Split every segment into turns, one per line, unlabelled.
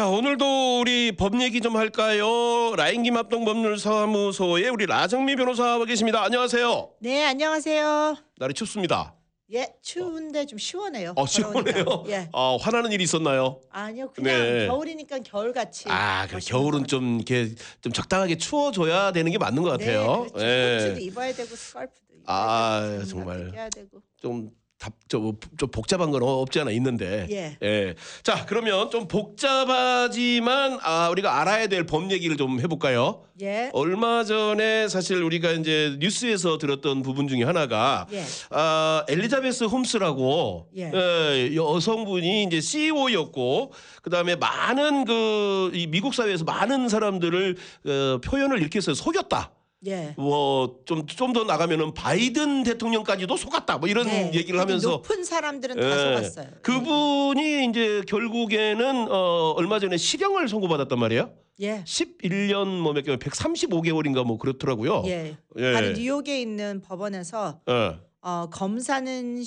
자, 오늘도 우리 법 얘기 좀 할까요? 라인 김합동 법률사무소에 우리 라정미 변호사와 계십니다. 안녕하세요.
네, 안녕하세요.
날이 춥습니다.
예, 추운데 좀 시원해요.
어, 시원해요.
걸어오니까. 아, 예.
아, 화나는 일이 있었나요?
아니요, 그냥
네.
겨울이니까 겨울같이.
아, 그럼
예, 멋있는
겨울은
것
좀 이렇게 좀 적당하게 추워져야 되는 게 맞는 것
같아요.
같아요. 예.
네, 그렇죠. 코트도 입어야 되고 스컬프도 입어야
아,
되고 장갑도
정말.
껴야 되고.
좀 답, 좀, 좀 복잡한 건 없지 않아 있는데.
예.
자, 그러면 좀 복잡하지만 아, 우리가 알아야 될 법 얘기를 좀 해볼까요?
예.
얼마 전에 사실 우리가 이제 뉴스에서 들었던 부분 중에 하나가
예.
아, 엘리자베스 홈스라고
예.
예, 여성분이 이제 CEO였고 그다음에 많은 그이 미국 사회에서 많은 사람들을 어, 표현을 이렇게 해서 속였다.
예.
뭐좀좀 더 나가면은 바이든 대통령까지도 속았다. 뭐 이런
네,
얘기를 하면서
높은 사람들은
예.
다 속았어요.
그분이 이제 결국에는 어 얼마 전에 실형을 선고받았단 말이에요.
예.
11년 뭐몇 개월 135개월인가 뭐 그렇더라고요.
예.
예.
바로 뉴욕에 있는 법원에서
예.
어, 검사는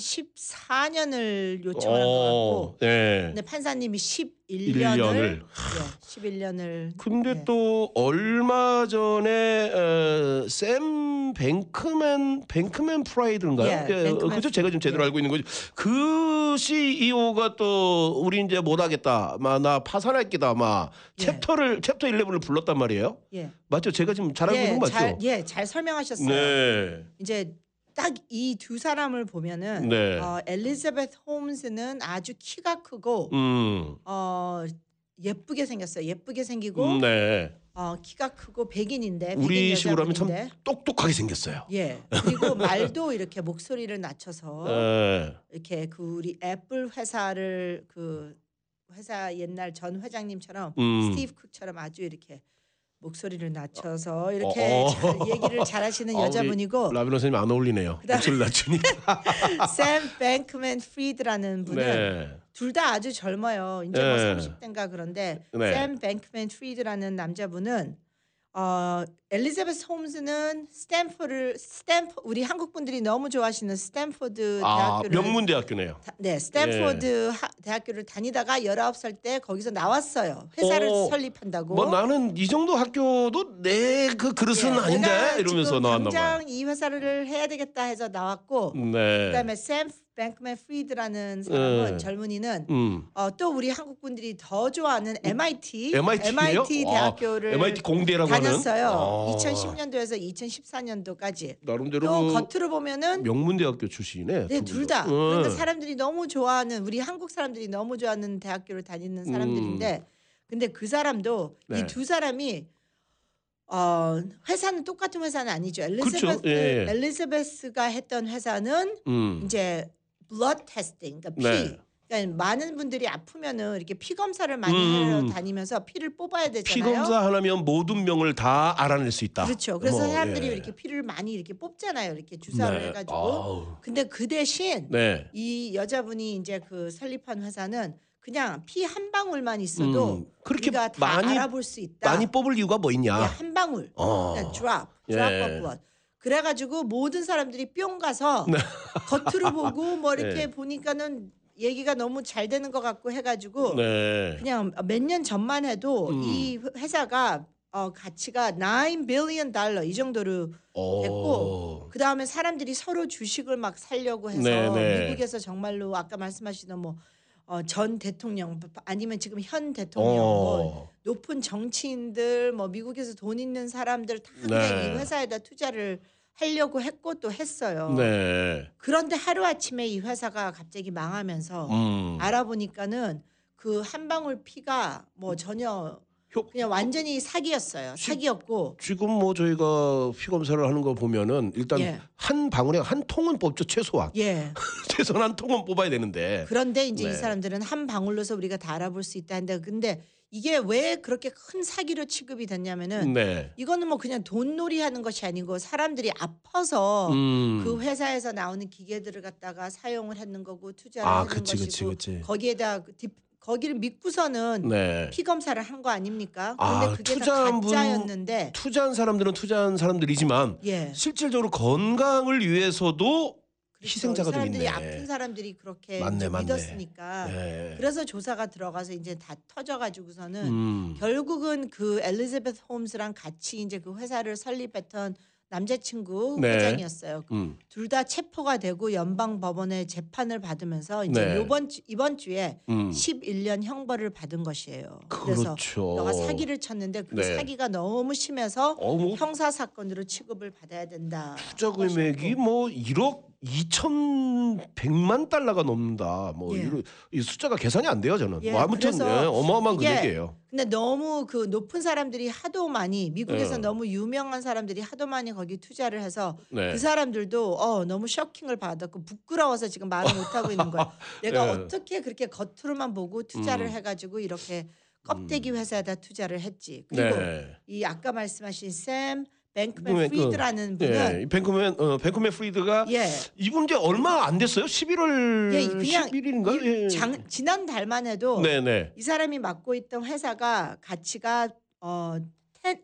14년을 요청한 것 같고, 네.
예.
근데 판사님이 11년을,
일년을.
예, 11년을.
근데
예.
또 얼마 전에 어, 샘 뱅크맨 뱅크맨 프라이드인가요? 어,
예, 뱅크맨
그죠? 제가 좀 제대로
예.
알고 있는 거죠. 그 CEO가 또 우리 이제 못하겠다, 막나 파산할 기다, 막
예.
챕터를 챕터 11을 불렀단 말이에요.
예.
맞죠? 제가 지금 잘 알고
예,
있는 거 맞죠?
잘, 예, 잘 설명하셨어요.
네,
이제 딱 이 두 사람을 보면은
네,
어, 엘리자베스 홈스는 아주 키가 크고
음,
어, 예쁘게 생겼어요. 예쁘게 생기고
음, 네.
어, 키가 크고 백인인데
우리
백인
식으로 하면 참
여자분인데.
똑똑하게 생겼어요.
예 그리고 말도 이렇게 목소리를 낮춰서
예.
이렇게 그 우리 애플 회사를 그 회사 옛날 전 회장님처럼
음.
스티브 쿡처럼 아주 이렇게 목소리를 낮춰서 이렇게
어.
잘 얘기를 잘하시는
아, 우리
여자분이고
라빈 선생님 안 어울리네요.
그다음에-
목소리 낮추니까.
샘 뱅크맨 프리드라는 분은
네.
둘 다 아주 젊어요. 이제
네.
뭐 30대인가 그런데
네.
샘 뱅크맨 프리드라는 남자분은 어, 엘리자베스 홈즈는 스탠퍼를 스탠퍼 우리 한국 분들이 너무 좋아하시는 스탠퍼드
아,
그 대학교를
명문 예. 대학교네요.
다- 네, 스탠퍼드 하- 대학교를 다니다가 19살 때 거기서 나왔어요. 회사를
어,
설립한다고.
뭐 나는 이 정도 학교도 내 그
예,
그릇은
내가
아닌데 이러면서
지금
나왔나 봐요.
당장 이 회사를 해야 되겠다 해서 나왔고
네.
그다음에 샘 뱅크맨 프리드라는 사람은
네.
젊은이는
음.
어, 또 우리 한국 분들이 더 좋아하는 MIT,
MIT 예요? 아,
대학교를
MIT 공대라고 하는
다녔어요.
아,
2010년도에서 2014년도까지.
나름대로
또
그
겉으로 보면은
명문 대학교 출신이네. 두
네,
음.
둘
분도.
다.
응.
그러니까 사람들이 너무 좋아하는 우리 한국 사람들이 너무 좋아하는 대학교를 다니는 사람들인데 근데 그 사람도
음. 네.
이 두 사람이 어, 회사는 똑같은 회사는 아니죠. 엘리자베스
그렇죠. 예, 예.
엘리자베스가 했던 회사는
음.
이제 blood testing, 그러니까 피.
네.
그러니까 많은 분들이 아프면은 이렇게 피 검사를 많이
음.
하러 다니면서 피를 뽑아야 되잖아요.
피 검사 하려면 모든 명을 다 알아낼 수 있다.
그렇죠. 그래서
뭐,
사람들이
예.
이렇게 피를 많이 이렇게 뽑잖아요. 이렇게 주사를
네.
해가지고.
아우.
근데 그 대신
네.
이 여자분이 이제 그 설립한 회사는 그냥 피 한 방울만 있어도
음, 그렇게
우리가 다
많이-
알아볼 수 있다.
많이 뽑을 이유가 뭐
예,
있냐?
한 방울. 그러니까
어.
그냥 드랍,
예.
드랍 예. 것 그래가지고 모든 사람들이 뿅 가서 겉으로 보고 뭐 이렇게
네. 예.
보니까는 얘기가 너무 잘 되는 것 같고 해가지고
네.
그냥 몇 년 전만 해도
음.
이 회사가 어, 가치가 9 빌리언 달러 이 정도로
오. 어.
됐고 그 다음에 사람들이 서로 주식을 막 살려고 해서
네, 네.
미국에서 정말로 아까 말씀하시던 뭐전 대통령 아니면 지금 현 대통령 뭐
어.
높은 정치인들 뭐 미국에서 돈 있는 사람들 다
네.
그냥 이 회사에다 투자를 하려고 했고 또 했어요.
네.
그런데 하루 아침에 이 회사가 갑자기 망하면서
음.
알아보니까는 그 한 방울 피가 뭐 전혀
효-
그냥 완전히 사기였어요.
시-
사기였고
지금 뭐 저희가 피 검사를 하는 거 보면은 일단
예.
한 방울에 한 통은 뽑죠 최소한
예.
최소한 한 통은 뽑아야 되는데
그런데 이제
네.
이 사람들은 한 방울로서 우리가 다 알아볼 수 있다 한다. 근데 이게 왜 그렇게 큰 사기로 취급이 됐냐면은
네.
이거는 뭐 그냥 돈놀이 하는 것이 아니고 사람들이 아파서
음.
그 회사에서 나오는 기계들을 갖다가 사용을 하는 거고 투자를
아,
하는
그치, 그치,
것이고
그치.
거기에다 그 딥- 거기를 믿고서는
네.
피 검사를 한 거 아닙니까?
아,
그런데 그게 다
투자한 분-
가짜였는데
투자한 사람들은 투자한 사람들이지만
예
실질적으로 건강을 위해서도 희생자가
이
좀
사람들이
있네.
아픈 사람들이 그렇게
맞네,
이제
맞네.
믿었으니까
예.
그래서 조사가 들어가서 이제 다 터져가지고서는
음.
결국은 그 엘리자베스 홈스랑 같이 이제 그 회사를 설립했던 남자친구
네.
회장이었어요.
음.
둘 다 체포가 되고 연방 법원에 재판을 받으면서 이제
네.
요번 주- 이번 주에
음.
11년 형벌을 받은 것이에요. 그래서
그렇죠.
너가 사기를 쳤는데 그
네.
사기가 너무 심해서
어, 뭐
형사 사건으로 취급을 받아야 된다.
투자 금액이 뭐 1억 2,100만 달러가 넘는다. 뭐
예.
이런- 이 숫자가 계산이 안 돼요 저는.
예,
뭐 아무튼
그래서
예, 어마어마한
이게
금액이에요.
근데 너무 그 높은 사람들이 하도 많이 미국에서
어.
너무 유명한 사람들이 하도 많이 거기 투자를 해서
네.
그 사람들도 어 너무 쇼킹을 받았고 부끄러워서 지금 말을 못 하고 있는 거야. 내가
예.
어떻게 그렇게 겉으로만 보고 투자를
음.
해가지고 이렇게 껍데기 회사에다 투자를 했지. 그리고
네.
이 아까 말씀하신 샘 뱅크맨
뱅크맨, 그,
프리드라는 분은
예. 이 뱅크맨 어, 뱅크맨 프리드가
예.
이분 이제 얼마 안 됐어요? 11월
예, 그냥
11일인가? 예.
장, 지난 달만 해도
네, 네.
이 사람이 맡고 있던 회사가 가치가 어,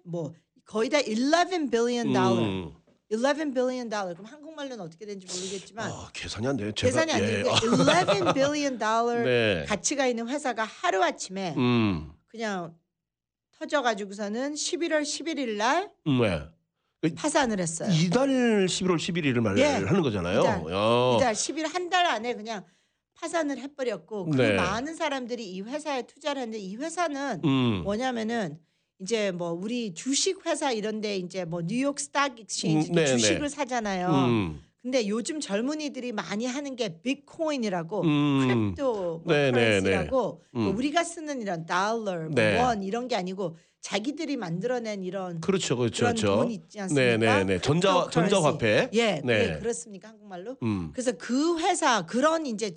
어뭐 거의 다 11
음.
billion dollar, 11 billion dollar. 그럼 한국말로는 어떻게 되는지 모르겠지만
아, 계산이 안 돼요. 제가-
계산이 안
예.
되는데
아,
11 billion dollar
네.
가치가 있는 회사가 하루 아침에
음.
그냥 터져가지고서는 11월 11일 날
음, 예.
파산을 했어요.
이달 11월 11일을 말을
네. 예.
하는 거잖아요.
이달.
야.
이달 10일 한 달 안에 그냥 파산을 해버렸고 그
네.
많은 사람들이 이 회사에 투자를 했는데 이 회사는
음.
뭐냐면은 이제 뭐 우리 주식 회사 이런데 이제 뭐 뉴욕 스탁 익스체인지
음, 네,
주식을
네.
사잖아요.
음.
근데 요즘 젊은이들이 많이 하는 게 빅코인이라고
음.
뭐, 크립토 뭐
네, 네, 네.
커런시라고 뭐
음.
우리가 쓰는 이런 달러, 뭐
네.
원 이런 게 아니고 자기들이 만들어낸 이런
그렇죠. 그렇죠.
그런
그렇죠.
돈 있지
네,
않습니까?
네, 네. 전자
크립토
전자화폐.
커런시. 예,
네.
네, 그렇습니까 한국말로?
음.
그래서 그 회사 그런 이제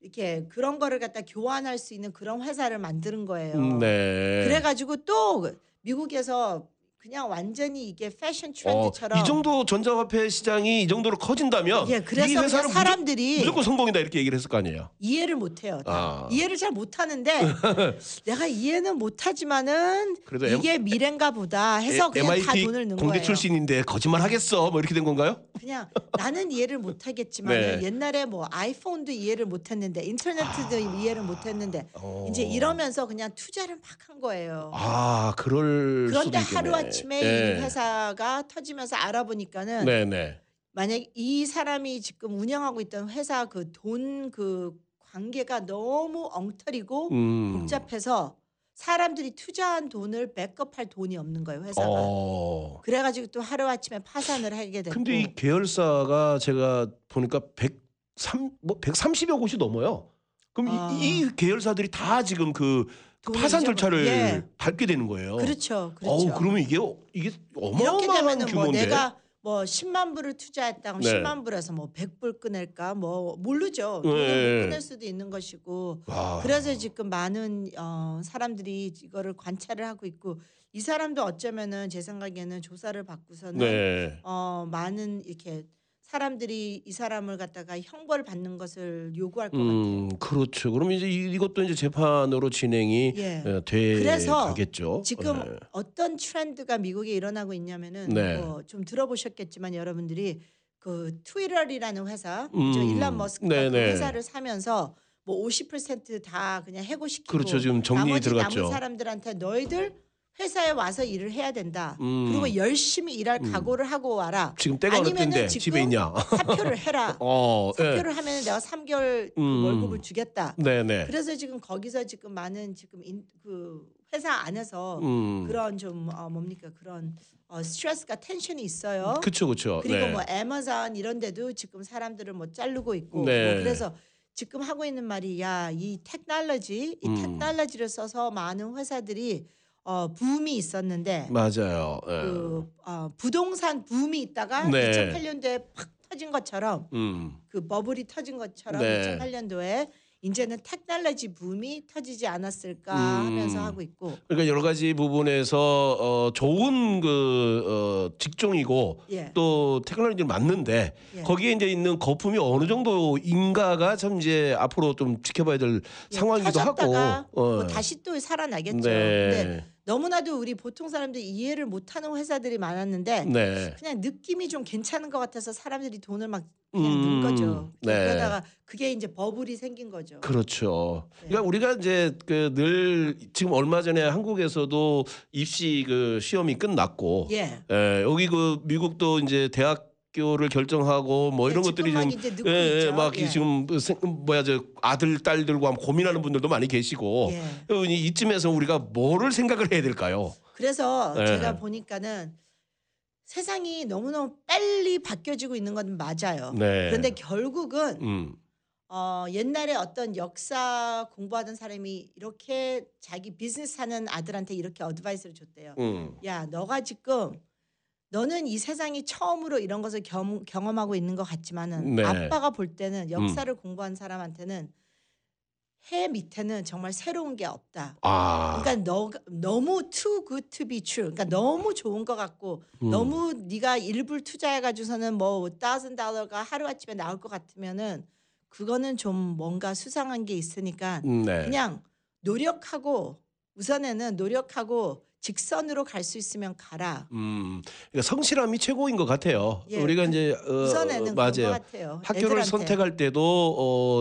이렇게 그런 거를 갖다 교환할 수 있는 그런 회사를 만드는 거예요.
음, 네.
그래가지고 또 미국에서 그냥 완전히 이게 패션
어,
트렌드처럼
이 정도 전자화폐 시장이 이 정도로 커진다면
예
이
그래서 그냥
회사는 무조-
사람들이
무조건 성공이다 이렇게 얘기를 했을 거 아니에요.
이해를 못해요. 다.
아.
이해를 잘 못하는데 내가 이해는 못하지만은
그래도
이게 미래인가 보다 해서
에-
그냥 다
MIT
돈을 넣은
공대
거예요.
출신인데 거짓말 하겠어 뭐 이렇게 된 건가요?
그냥 나는 이해를 못하겠지만 은
네.
옛날에 뭐 아이폰도 이해를 못했는데 인터넷도
아.
이해를 못했는데
어.
이제 이러면서 그냥 투자를 막 한 거예요.
아 그럴 수도
그런데
있겠네.
하루 아침에
예.
이 회사가 터지면서 알아보니까는
네네.
만약 이 사람이 지금 운영하고 있던 회사 그 돈 그 관계가 너무 엉터리고
음.
복잡해서 사람들이 투자한 돈을 백업할 돈이 없는 거예요 회사가.
어.
그래가지고 또 하루 아침에 파산을 하게 됐고.
근데 이 계열사가 제가 보니까 103뭐 130여 곳이 넘어요. 그럼
아.
이, 이 계열사들이 다 지금 그
돈을
파산
잊어버-
절차를
예.
밟게 되는 거예요.
그렇죠,
어우,
그렇죠.
그러면 이게 이게
이렇게
어마어마한
되면은 뭐
규모인데.
내가 뭐 10만 불을 투자했다면
네.
10만 불에서 뭐 100불 끊을까 뭐 모르죠.
예,
돈을
예.
못 끊을 수도 있는 것이고.
와.
그래서 지금 많은 어, 사람들이 이거를 관찰을 하고 있고 이 사람도 어쩌면은 제 생각에는 조사를 받고서는
네.
어, 많은 이렇게 사람들이 이 사람을 갖다가 형벌 받는 것을 요구할 것 같아요.
음, 그렇죠. 그럼 이제 이- 이것도 이제 재판으로 진행이
예.
되
그래서
가겠죠. 예.
지금 어떤 트렌드가 미국에 일어나고 있냐면은
네.
뭐좀 들어보셨겠지만 여러분들이 그 트위럴이라는 회사,
음.
저 일론 머스크가
네,
그
네.
회사를 사면서 뭐 50%다 그냥 해고시키고
그렇죠. 지금 정리에
뭐 나머지
들어갔죠.
남은 사람들한테 너희들 회사에 와서 일을 해야 된다.
음.
그리고 열심히 일할
음.
각오를 하고 와라.
지금 때가 어느
아니면은
때인데
지금
집에 있냐?
사표를 해라.
어, 예.
사표를 하면 내가 3개월 그
음.
월급을 주겠다.
네, 네.
그래서 지금 거기서 지금 많은 지금 인, 그 회사 안에서
음.
그런 좀 어, 뭡니까 그런 어, 스트레스가 텐션이 있어요.
그렇죠. 그렇죠.
그리고
네.
뭐 애마존 이런 데도 지금 사람들을 뭐 자르고 있고
네.
뭐 그래서 지금 하고 있는 말이 야 이 테크놀로지 이
음.
테크놀로지를 써서 많은 회사들이 어 붐이 있었는데
맞아요. 예.
그 어, 부동산 붐이 있다가
네.
2008년도에 팍 터진 것처럼
음.
그 버블이 터진 것처럼
네.
2008년도에 이제는 테크놀로지 붐이 터지지 않았을까
음.
하면서 하고 있고
그러니까 여러 가지 부분에서 어, 좋은 그 어, 직종이고
예.
또 테크놀로지는 맞는데
예.
거기에 이제 있는 거품이 어느 정도인가가 참 이제 앞으로 좀 지켜봐야 될
예,
상황이기도 하고.
터졌다가
어.
뭐 다시 또 살아나겠죠. 근데
네.
너무나도 우리 보통 사람들이 이해를 못하는 회사들이 많았는데
네.
그냥 느낌이 좀 괜찮은 것 같아서 사람들이 돈을 막 그냥 넣은 거죠.
음. 네.
그러다가 그게 이제 버블이 생긴 거죠.
그렇죠.
네.
그러니까 우리가 이제 그 늘 지금 얼마 전에 한국에서도 입시 그 시험이 끝났고
예.
예, 여기 그 미국도 이제 대학교를 결정하고 뭐 이런
예,
것들이
지금
지금
막 이제 넣고
예, 예,
있죠.
막
예.
지금 그 생- 뭐야 저 아들 딸들과 고민하는 분들도 많이 계시고
예.
어, 이- 이쯤에서 우리가 뭐를 생각을 해야 될까요?
그래서
예.
제가 보니까는 세상이 너무너무 빨리 바뀌어지고 있는 건 맞아요.
네.
그런데 결국은
음,
어, 옛날에 어떤 역사 공부하던 사람이 이렇게 자기 비즈니스 하는 아들한테 이렇게 어드바이스를 줬대요.
음,
야, 너가 지금 너는 이 세상이 처음으로 이런 것을 겸, 경험하고 있는 것 같지만은
네.
아빠가 볼 때는 역사를 공부한 사람한테는 해 밑에는 정말 새로운 게 없다.
아,
그러니까 너, 너무 too good to be true. 그러니까 너무 좋은 것 같고
음.
너무 네가 일불 투자해가지고서는 뭐 thousand 달러가 하루 아침에 나올 것 같으면은 그거는 좀 뭔가 수상한 게 있으니까
네,
그냥 노력하고 우선에는 노력하고 직선으로 갈 수 있으면 가라.
음, 그러니까 성실함이 최고인 것 같아요.
예,
우리가 이제 어,
우선에는 그런 것
맞아요.
같아요.
학교를
애들한테.
선택할 때도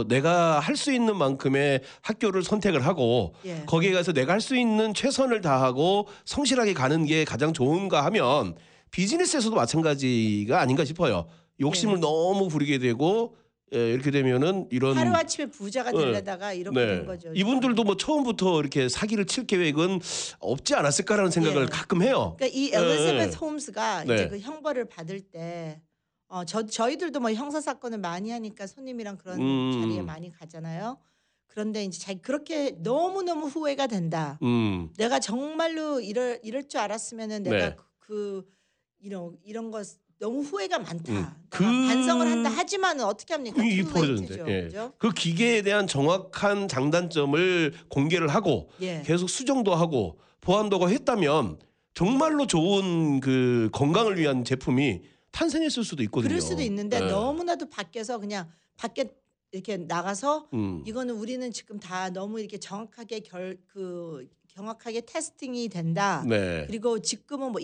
어, 내가 할 수 있는 만큼의 학교를 선택을 하고
예.
거기에 가서 내가 할 수 있는 최선을 다하고 성실하게 가는 게 가장 좋은가 하면 비즈니스에서도 마찬가지가 아닌가 싶어요.
네.
욕심을 너무 부리게 되고 예, 이렇게 되면은 이런
하루 아침에 부자가
음. 네.
되려다가 이렇게 된 거죠.
이분들도 뭐 처음부터 이렇게 사기를 칠 계획은 없지 않았을까라는 생각을
예.
가끔 해요.
그러니까 이
예,
엘리자베스
예.
홈스가
네.
이제 그 형벌을 받을 때 어, 저, 저희들도 뭐 형사 사건을 많이 하니까 손님이랑 그런
음.
자리에 많이 가잖아요. 그런데 이제 자기 그렇게 너무너무 후회가 된다.
음,
내가 정말로 이럴 이럴 줄 알았으면은 내가
네.
그, 그 이런 이런 것 너무 후회가 많다.
음.
내가
그-
반성을 한다. 하지만은 어떻게 합니까?
이- 이
Too
벌어졌는데.
late죠.
예.
그죠?
그 기계에 대한 정확한 장단점을 공개를 하고
예.
계속 수정도 하고 보완도가 했다면 정말로 좋은 그 건강을 위한 제품이 탄생했을 수도 있거든요.
그럴 수도 있는데
예.
너무나도 밖에서 그냥 밖에 이렇게 나가서
음.
이거는 우리는 지금 다 너무 이렇게 정확하게 결 그 정확하게 테스팅이 된다.
네.
그리고 지금은 뭐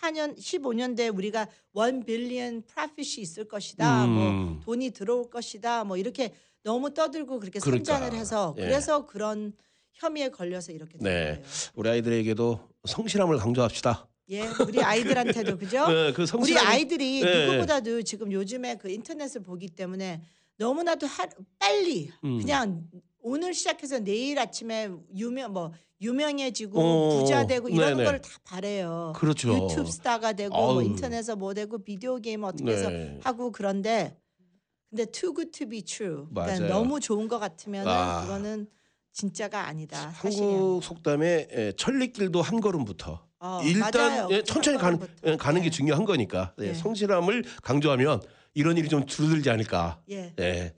2014년 15년대 우리가 원 빌리언 프로핏이 있을 것이다. 뭐
음.
돈이 들어올 것이다. 뭐 이렇게 너무 떠들고 그렇게
그러니까.
선전을 해서
예.
그래서 그런 혐의에 걸려서 이렇게 된
네.
거예요.
우리 아이들에게도 성실함을 강조합시다.
예, 우리 아이들한테도 그죠?
네, 그
우리
성실함.
아이들이
예,
누구보다도 지금 요즘에 그 인터넷을 보기 때문에 너무나도 하, 빨리
음.
그냥 오늘 시작해서 내일 아침에 유명 뭐 유명해지고
어,
부자 되고 이런
네네.
걸 다 바래요.
그렇죠.
유튜브 스타가 되고
아우.
뭐 인터넷에서 뭐 되고 비디오 게임 어떻게 해서
네.
하고 그런데 근데 too good to be true.
맞아요.
그러니까 너무 좋은 것 같으면
아. 그
은 그거는 진짜가 아니다. 사실이야.
한국 속담에 예, 천리길도 한 걸음부터
어,
일단
맞아요.
예, 천천히 가는
그것부터.
예, 가는 게
예.
중요한 거니까 예,
예.
성실함을 강조하면 이런 일이 좀 줄어들지 않을까.
예.
예.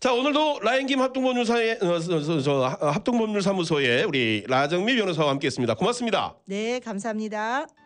자 오늘도 라인김 합동법률사의 어, 저, 저, 저, 합동법률사무소의 우리 라정미 변호사와 함께했습니다. 고맙습니다.
네, 감사합니다.